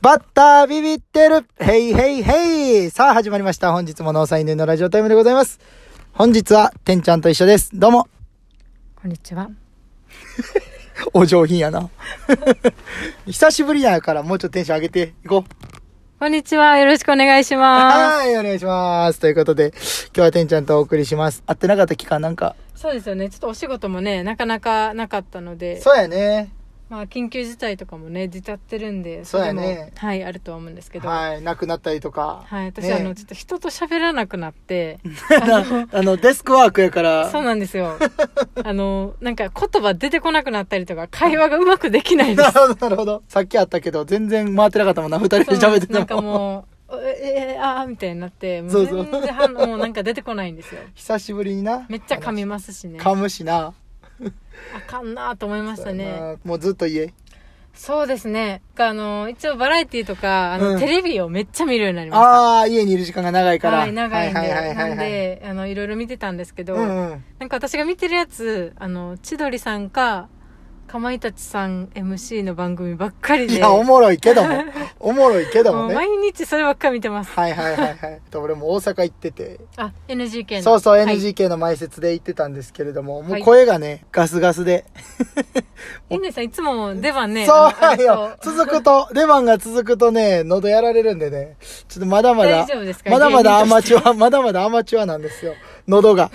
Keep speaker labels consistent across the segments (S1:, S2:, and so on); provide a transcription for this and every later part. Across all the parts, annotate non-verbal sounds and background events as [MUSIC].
S1: バッタービビってるヘイヘイヘイさあ始まりました。本日も農産犬のラジオタイムでございます。本日は、てんちゃんと一緒です。どうも、
S2: こんにちは。
S1: お上品やな。 [LAUGHS] 久しぶりやからもうちょっとテンション上げていこう。
S2: こんにちは。よろしくお願いしま
S1: はい、お願いします。ということで、今日はてんちゃんとお送りします。会ってなかった期間なんか。
S2: す。そうですよね。ちょっとお仕事もね、なかなかなかったので、
S1: そうやね。
S2: まあ、緊急事態とかもね、出ちゃってるんで、
S1: そうや
S2: れも
S1: ね
S2: はい、あるとは思うんですけど、はい、
S1: はい、亡くなったりとか。
S2: 私、
S1: ね
S2: あの、ちょっと人と喋らなくなって、
S1: [LAUGHS] あの、デスクワークやから。
S2: そうなんですよ。あの、なんか言葉出てこなくなったりとか、会話がうまくできないで
S1: な
S2: す。
S1: るほど、なるほど。さっきあったけど、全然回ってなかったもんな、二人で [LAUGHS] 喋って
S2: な
S1: た
S2: んか
S1: もん。
S2: もう、ええあーみたいになって、も
S1: そう
S2: う
S1: そう
S2: 全然反応、もうなんか出てこないんですよ。
S1: 久しぶりにな。
S2: めっちゃ噛みますしね。
S1: 噛むしな。
S2: あかんなーと思いましたね。
S1: もうずっと家。
S2: そうですね。あの、一応バラエティとか、あの、
S1: うん
S2: テレビをめっちゃ見るようになりました。
S1: ああ、家にいる時間が長いから。
S2: はい、長いんで。
S1: はいはいはい
S2: なん
S1: はい。
S2: で、あの、いろいろ見てたんですけど、
S1: うんうん。
S2: なんか私が見てるやつ、あの、千鳥さんか、かまいたちさん MC の番組ばっかりで。
S1: いや、おもろいけど
S2: [LAUGHS]
S1: も。おもろいけども
S2: もう
S1: ね。
S2: 毎日そればっかり見てます。
S1: はいはいはいはい。と俺も大阪行ってて。
S2: あ、NGK の。
S1: そうそう、
S2: はい
S1: NGK の前説で行ってたんですけれども、も
S2: は
S1: う
S2: い
S1: 声がね、ガスガスで。
S2: 犬さんいつも出番ね。
S1: そう [LAUGHS]
S2: あの
S1: よ。続くと、出番が続くとね、喉やられるんでね、ちょっとまだまだ
S2: 大丈夫です、か
S1: まだまだア
S2: 芸人
S1: マチュア、まだまだアマチュアなんですよ。喉
S2: [LAUGHS]
S1: が。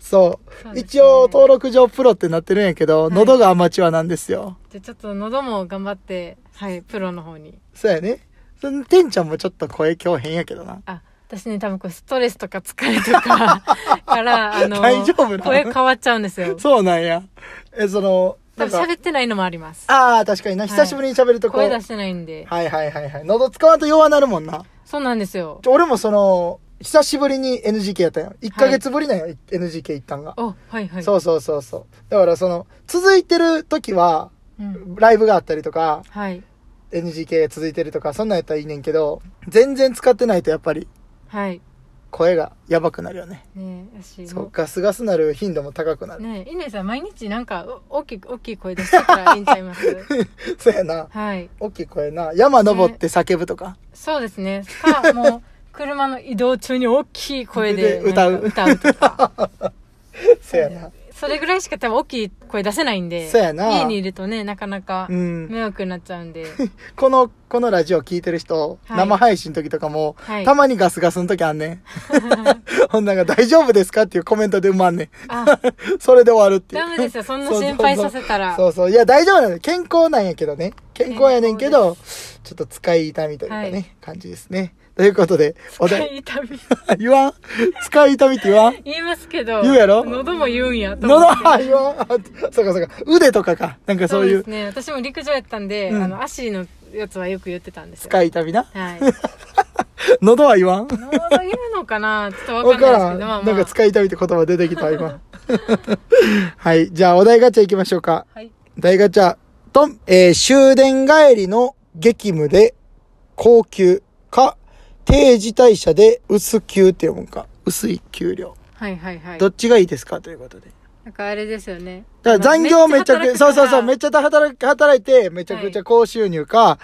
S1: そう。
S2: そうですね
S1: 一応、登録上プロってなってるんやけど、
S2: い
S1: 喉がアマチュアなんですよ。
S2: じゃあちょっと喉も頑張って、はい、プロの方に。
S1: そうやね。そのてんちゃんもちょっと声今日変やけどな。
S2: あ、私ね、多分これストレスとか疲れと
S1: [LAUGHS]
S2: かから、あの、
S1: 大丈夫なの
S2: 声変わっちゃうんですよ。
S1: そうなんや。え、その、
S2: 多
S1: なんか
S2: 分喋ってないのもあります。
S1: ああ、確かにな。久しぶりに喋るとこう、
S2: 声出してないんで。
S1: はいはいはいはい。喉使わんと弱なるもんな。
S2: そうなんですよ
S1: ち。ょ俺もその、久しぶりに NGK やったよ。1ヶ月ぶりなんよ、NGK 行ったんが。
S2: お、はいはい。
S1: そうそうそうそう。だからその、続いてる時は、
S2: うん。
S1: ライブがあったりとか、
S2: はい。
S1: NGK 続いてるとか、そんなんやったらいいねんけど、全然使ってないとやっぱり、
S2: はい。
S1: 声がやばくなるよね。
S2: ねえ、私
S1: そう
S2: も、。
S1: ガスガスなる頻度も高くなる。
S2: ねえ、稲さん毎日なんか、お大きい、大きい声出してたらいいんちゃいます
S1: [LAUGHS] そうやな。
S2: はい。
S1: 大きい声な。山登って叫ぶとか。
S2: そうですね。か、もう、車の移動中に大きい声で
S1: で歌う
S2: なんか歌うとか。
S1: そうやな。
S2: それぐらいしか多分大きい声出せないんで。
S1: そうやな
S2: 家にいるとね、なかなか
S1: うん。
S2: 迷惑になっちゃうん
S1: [LAUGHS]
S2: で。
S1: この、このラジオ聞いてる人、
S2: はい
S1: 生配信の時とかも、
S2: はい。
S1: たまにガスガスの時あんね
S2: [LAUGHS]
S1: ん。女が大丈夫ですかっていうコメントで埋まん [LAUGHS] ねん。
S2: あ、
S1: それで終わるっていう。
S2: ダメですよ。そんな心配させたら。
S1: そうそう。いや、大丈夫なの。健康なんやけどね。健康やねんけど、ちょっと使い痛みというかね、
S2: はい
S1: 感じですね。ということで、お題、
S2: 痛み
S1: [LAUGHS] 言わん使い痛みって言わん
S2: 言いますけど。
S1: 言うやろ
S2: 喉も言うんやと
S1: 喉
S2: 思って。
S1: は言わんあそうかそうか。腕とかか。なんかそうい
S2: で
S1: う
S2: すね。私も陸上やったんで、
S1: うん
S2: あの、足のやつはよく言ってたんですよ。
S1: 使い痛みな。
S2: はい。
S1: 喉は言わん
S2: 喉言うのかなちょっとわ
S1: わ
S2: か
S1: か
S2: んないです
S1: ら
S2: け
S1: ん。
S2: ど、まあ
S1: な
S2: ま
S1: ん
S2: あ。
S1: か使い痛みって言葉出てきた、今。 [LAUGHS] はい。じゃあ、お題ガチャ行きましょうか。
S2: はい。
S1: 大ガチャ、トン、えー終電帰りの激務で高級か、定時退社で薄給って読むんか。薄い給料。
S2: はいはいはい
S1: ど。っちがいいですかということで。
S2: なんかあれですよね。
S1: だから残業めちゃ
S2: 働
S1: く
S2: く
S1: そうそう
S2: か
S1: そう、
S2: ら
S1: めちゃ働く、働いて、めちゃくちゃ高収入か、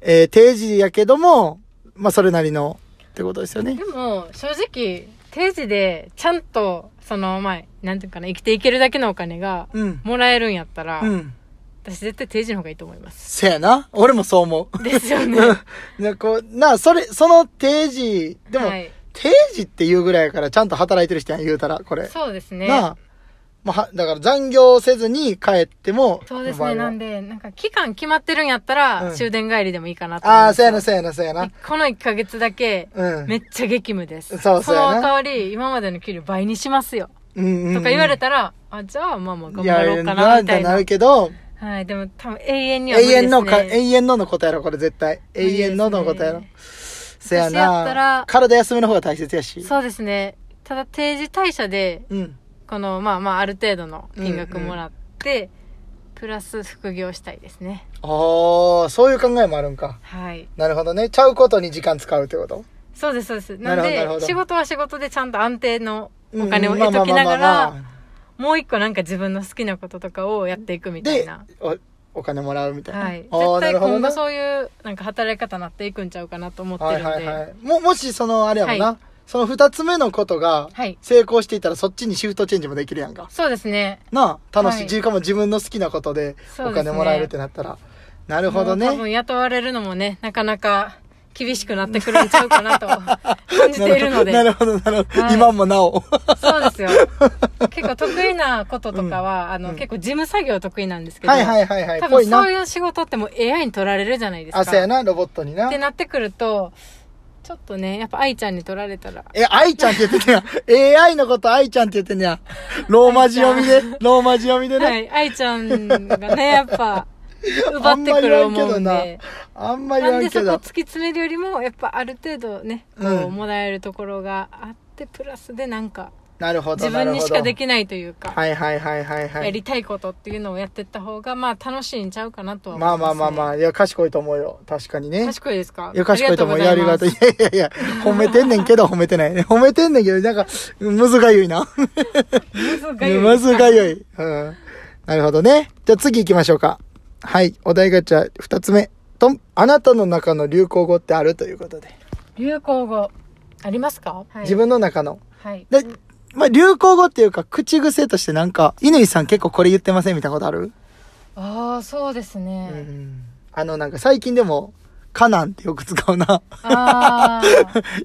S1: えー定時やけども、まあ、それなりの、ってことですよね。
S2: でも、正直、定時で、ちゃんと、その、まあ、なんていうかな、生きていけるだけのお金が、
S1: うん。
S2: もらえるんやったら、
S1: うん。
S2: 私絶対定時の方がいいと思います。
S1: せやな。俺もそう思う。
S2: ですよね。
S1: [LAUGHS] ね、こう、な、それ、その定時、でも、
S2: はい
S1: 定時っていうぐらいやからちゃんと働いてる人やん、言うたら、これ。
S2: そうですね。
S1: なあ。まあ、はだから残業せずに帰っても。
S2: そうです
S1: お前
S2: ね。
S1: は
S2: なんで、なんか期間決まってるんやったら、
S1: うん
S2: 終電帰りでもいいかなと思い
S1: あ
S2: ま
S1: あ、
S2: す。
S1: そうやな、そうやな、そうやな。
S2: この1ヶ月だけ、
S1: うん。
S2: めっちゃ激務です。
S1: そうそうやな
S2: の代わり、今までの給料倍にしますよ。
S1: うんうんうん
S2: とか言われたら、あ、じゃあまあまあ頑
S1: い
S2: 張
S1: や
S2: ろうかな、みたいな。
S1: なるけど、
S2: はい、でも多分永遠には
S1: 永
S2: 無理です、ね。
S1: 遠のか、永遠ののことやろ、これ絶対。
S2: 無理で
S1: 永
S2: す
S1: 遠
S2: ね
S1: ののことやろ。せや
S2: 私やった
S1: な
S2: ら。
S1: 体休みの方が大切やし。
S2: そうですね。ただ定時退社で、
S1: うん。
S2: この、まあまあある程度の金額もらって、プラス副業したいですね。
S1: ああ、そういう考えもあるんか。
S2: はい。
S1: なるほどね。ちゃうことに時間使うってこと
S2: そうです、そうです。
S1: な
S2: な
S1: る
S2: ん
S1: ほどなるほ
S2: で、
S1: ど
S2: 仕事は仕事でちゃんと安定の
S1: うん
S2: お金を得とき
S1: まあま
S2: なが
S1: あまあまあ
S2: ら、もう一個なんか自分の好きなこととかをやっていくみたいな。
S1: おお金もらうみたいな。
S2: はい。絶
S1: あーな
S2: 対
S1: るほど
S2: 今後
S1: な
S2: そういう、なんか働き方になっていくんちゃうかなと思って
S1: は
S2: る
S1: い
S2: んで。
S1: はいはい。も、もしその、あれやもんな、
S2: は
S1: その二つ目のことが
S2: はい、
S1: 成功していたらそっちにシフトチェンジもできるやんか。
S2: そうですね。
S1: なあ、楽しい。
S2: はい
S1: 自分かも自分の好きなことで
S2: そう
S1: お
S2: ですね
S1: 金もらえるってなったら。なるほど
S2: もう多
S1: ね。
S2: 分雇われるのもね、なかなか厳しくなってくるんちゃう
S1: [LAUGHS]
S2: かなと感じているので。
S1: なるほど、なるほど。
S2: はい
S1: 今もな
S2: [LAUGHS]
S1: お。
S2: そうですよ。結構得意なこととかは、あの、結構事務作業得意なんですけど。
S1: はいはいはいはい。
S2: 多
S1: ぽい
S2: 分そ
S1: な
S2: う。いう仕事ってもう AI に取られるじゃないですか。
S1: あ、そうやな、ロボットにな
S2: って。なってくると、ちょっとね、やっぱ愛ちゃんに取られたら。
S1: え、愛ちゃんって言ってんねや。AI のこと愛ちゃんって言ってんねや。ローマ字読みで、ローマ字読みで
S2: は
S1: ね。
S2: い、愛ちゃんが
S1: [LAUGHS]
S2: ね、やっぱ、奪ってくる思うんで。
S1: あんまり
S2: なん
S1: 言わ
S2: で
S1: んけ
S2: そこ突
S1: ど
S2: き。詰めるよりも、やっぱある程度ね、こ
S1: う
S2: う、
S1: ん
S2: もらえるところがあって、プラスでなんか、
S1: なるほど、
S2: 自
S1: なる
S2: 分
S1: ほど。
S2: にしかできないというか、
S1: はいはいはいはいは
S2: や
S1: い。
S2: りたいことっていうのをやってった方が、まあ楽しいんちゃうかなとは思い
S1: まあ
S2: ます、ね。
S1: まあまあまあ、いや、賢いと思うよ。確かにね。
S2: 賢いですか
S1: いや、賢いと思う。やりがとう。
S2: あ
S1: いやいやいや、褒めてんねんけど褒めてないね。褒めてんねんけど、なんか、むずがゆいな。
S2: りがとうございま
S1: む
S2: す
S1: ずがゆい。うん。なるほどね。じゃあ次行きましょうか。はい。お題ガチャ二つ目。とん、あなたの中の流行語ってあるということで。
S2: 流行語、ありますか、はい、
S1: 自。分の中の。
S2: はい。
S1: で、まあ、流行語っていうか、口癖としてなんか、乾さん結構これ言ってませんみたいなことある
S2: ああ、そうですね。
S1: うん。あの、なんか最近でも、カナンってよく使うな。 [LAUGHS]
S2: ああ、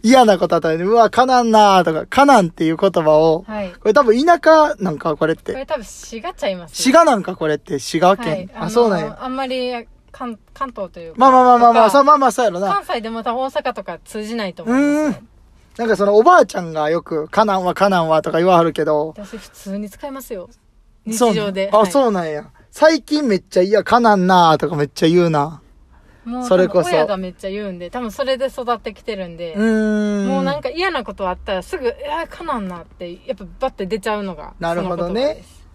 S1: 嫌なことあったらね、うわ、カナンなーとか、カナンっていう言葉を、
S2: はい。こ
S1: これ多分田舎なんか、これっ
S2: れ
S1: て。
S2: 多分、滋賀ちゃいます
S1: 滋
S2: ね。
S1: 賀なんか、これって、滋賀
S2: はい
S1: 県。あ、そうなんや。
S2: のあんまり、関、関東というか。
S1: まあまあまあまあまあ、
S2: とか
S1: そうまあまあそうやろな。
S2: 関西でまた大阪とか通じないと思
S1: う
S2: います、
S1: ーん。なんかそのおばあちゃんがよく、カナンはカナンはとか言わはるけど、
S2: 私普通に使いますよ日
S1: そう
S2: 常で
S1: あ、
S2: はい
S1: そうなんや。最近めっちゃ、いや、カナンなーとかめっちゃ言うな。
S2: もう
S1: それこそ
S2: 多分親がめっちゃ言うんで多分それで育ってきてるんで
S1: う、ーん。
S2: もうなんか嫌なことあったらすぐ「いやかなんな」ってやっぱバッて出ちゃうのが
S1: なるほどね
S2: その言葉です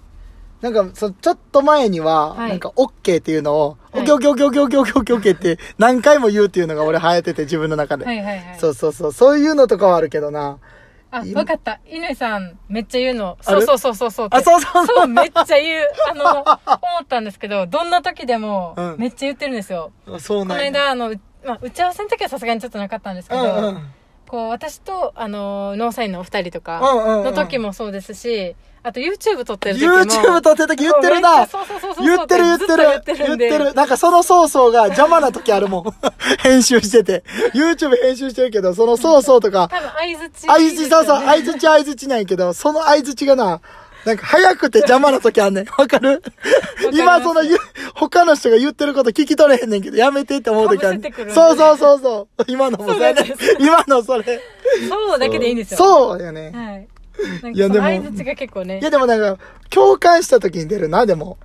S1: なんか、そのちょっと前には、
S2: はい
S1: なんか、オッケーっていうのを、オ
S2: は
S1: ッ
S2: い
S1: ケーオッケーオッケーオッケーオッケーオッケーオッケーって何回も言うっていうのが俺流行ってて、自分の中で。
S2: はいはいはい
S1: そうそうそう。そういうのとかはあるけどな。
S2: あわかった乾さんめっちゃ言う
S1: あ
S2: のそ
S1: れ
S2: うそうそうそうそうって
S1: あ、そうそうそう。
S2: そうめっちゃ言う
S1: [LAUGHS]
S2: あの思ったんですけどどんな時でも
S1: うん
S2: めっちゃ言ってるんですよ、
S1: あそう
S2: この
S1: なんや
S2: 間あの、うまあ、打ち合わせの時はさすがにちょっとなかったんですけど、
S1: うんうん。
S2: こう私とあのノーサインのお二人とか
S1: うんうんうん
S2: の時もそうですし、あと YouTube 撮ってる時も
S1: YouTube 撮ってる時言ってるな
S2: そうそうそうそう
S1: 言ってる言ってる
S2: 言ってる
S1: 言
S2: ん
S1: っ
S2: で
S1: てる。なんかその曹操が邪魔な時あるもん。 [LAUGHS] 編集してて。YouTube 編集してるけど、その曹操とか、
S2: 多分相づち
S1: 相づち、そうそう、相
S2: ち
S1: づち相づちなんやけど、その相づちがな、なんか早くて邪魔な時あん
S2: [LAUGHS]
S1: ねん。わかる
S2: ます
S1: 今その言う、他の人が言ってること聞き取れへんねんけど、やめてって思う時あん
S2: かぶせ
S1: ね
S2: てくる
S1: ん。
S2: ね
S1: そうそうそうそう。今のもそれね
S2: そうなんです。
S1: 今のそれ。
S2: そうだけでいいんですよ
S1: そうやね。
S2: はいなん
S1: いや
S2: かそ
S1: でも
S2: の相づちが結構ね
S1: いやでもなんか、共感した時に出るな、でも。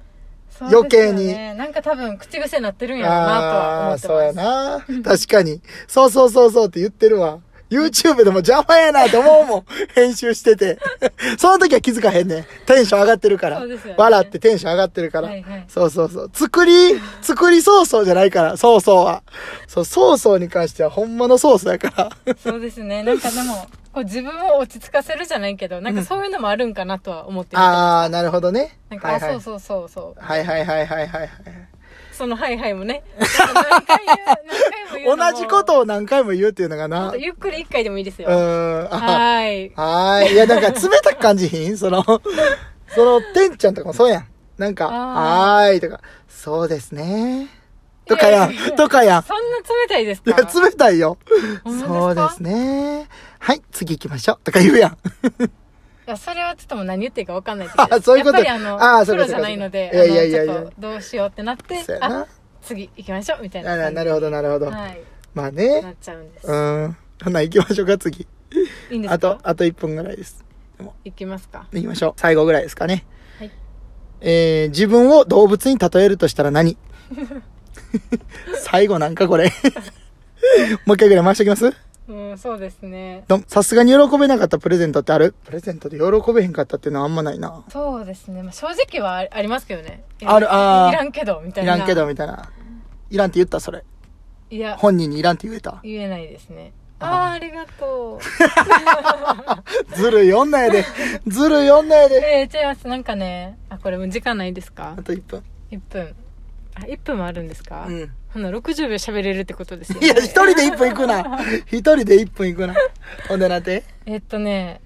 S2: そうですよね
S1: 余計
S2: なんか多分口癖になってるんやろうなとは
S1: あ
S2: 思
S1: あ
S2: っ
S1: ー、
S2: て
S1: そうや
S2: ます
S1: な。確かに。そうそうそうそうって言ってるわ。YouTube でも邪魔やなと思うもん。編集してて。その時は気づかへんねん。テンション上がってるから。
S2: そうですよね
S1: 笑ってテンション上がってるから。
S2: はいはい
S1: そうそうそう。作り、作りそうそうじゃないから、そうそうは。そう、そうそうに関してはほんまのそうそうやから。
S2: そうですねなんかでもこう自分を落ち着かせるじゃないけどなんかそういうのもあるんかなとは思ってる、
S1: ああ、なるほどね。
S2: なんか、
S1: はい
S2: あ
S1: はい
S2: そうそうそうそう
S1: はいはいはいはいはいはい。
S2: そのハイハイ
S1: [LAUGHS]
S2: もね。何回言う何回も言うのも
S1: 同じことを何回も言うっていうのが
S2: ちょ
S1: な。
S2: っ
S1: [LAUGHS] う
S2: とゆっくり一回でもいいですよ。は
S1: ーん。あ
S2: ーい。
S1: はーい。いや、なんか冷たく感じひん [LAUGHS] その、その、てんちゃんとかもそうやん。なんか、
S2: あ
S1: はーいとか、そうですね。とかや
S2: いやいやい
S1: ん。
S2: [LAUGHS] や
S1: とかやん。
S2: そんな冷たいです
S1: い
S2: か
S1: や、冷たいよ。
S2: ほんまですか
S1: そうですね。はい、次行きましょう。とか言うやん。
S2: いやそれはちょっともう何言ってるか分かんないです
S1: あそういうこと
S2: やっぱりあの、
S1: あーそう
S2: プ
S1: いうこと
S2: ロじゃないので、
S1: そういうこといやいやいやいや
S2: あのちょっとどうしようってなって
S1: そう、やな
S2: あ、次行きましょうみたいな
S1: あ
S2: 感
S1: ら
S2: じ。
S1: なるほど、なるほど。
S2: はい。
S1: まあ
S2: な
S1: ね。
S2: っちゃうんです
S1: う。ーん。ほな、行きましょうか、次。
S2: いいんです
S1: あと
S2: か、
S1: あと1分ぐらいです。
S2: 行きますか。
S1: 行きましょう。最後ぐらいですかね。
S2: はい
S1: えー、自分を動物に例えるとしたら何 [LAUGHS] 最後なんかこ
S2: [LAUGHS]
S1: れ。もう一回ぐらい回しておきます
S2: うん、そうですね。
S1: どんさすがに喜べなかったプレゼントってあるプレゼントで喜べへんかったっていうのはあんまないな。
S2: そうですね。まあ、正直はありありますけどね。いや
S1: あるあー
S2: いらんけど、みた
S1: い
S2: いな。
S1: らんけど、。みたいな。いらんって言った、それ。
S2: いや、
S1: 本人にいらんって言えた。
S2: 言えないですね。ああ、ありがとう。
S1: ずるい女やで。ずるい女やで。
S2: えー、違います。なんかね、あ、これもう時間ないですか
S1: あと1分。
S2: ?1 分。あ、1分もあるんですか
S1: うん。
S2: ほんなら60秒喋れるってことですよ、
S1: い
S2: ね。
S1: や、一人で一分行くな。一人で一分行くな。ほんでなって。
S2: えっとね、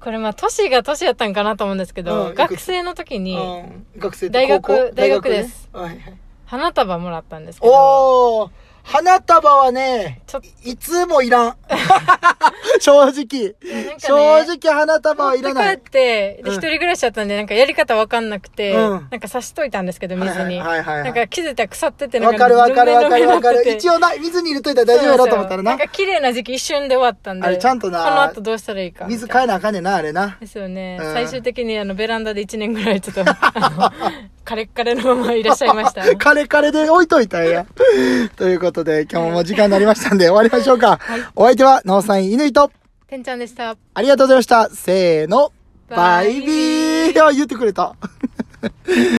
S2: これまあ、年が年やったんかなと思うんですけど、
S1: うん
S2: 学生の時
S1: う
S2: に
S1: ん。学生
S2: 大学
S1: 高校
S2: 大学
S1: ね
S2: です
S1: はいはい。
S2: 花束もらったんですけど、
S1: おー花束はね、
S2: ちょっ
S1: いつもいらん。 [LAUGHS] 正直。
S2: と、なんかね、
S1: 正直花束はいらな
S2: 持っ
S1: い。
S2: て帰って、で、
S1: うん
S2: 一人暮らしだったんで、なんかやり方わかんなくて、
S1: うん
S2: なんか刺しといたんですけど、水に。
S1: はいはいは
S2: ないん
S1: はい。
S2: か気づいたら腐ってて、な
S1: わ
S2: ん
S1: かるわかるわかるわかる。一
S2: 応
S1: 応な、水に入れといたら大丈夫やろうと思ったら
S2: な。
S1: なん
S2: か綺麗な時期一瞬で終わったんで。
S1: あれちゃんとな
S2: この後どうしたらいいかみたいな
S1: 水変えなあかんねんな、あれな。
S2: ですよね、
S1: うん
S2: 最終的にあのベランダで1年ぐらいちょっとあ
S1: [LAUGHS]
S2: のカレッカレのままいらっしゃいました
S1: カレカレで置いといたんや。ということで、今日ももう時間になりましたんで終わりましょうか。お相手は、農産イ犬と。
S2: てんちゃんでした
S1: ありがとうございました。せーの。バ
S2: バイ
S1: イ
S2: ビー
S1: ビー。あ、言ってくれた。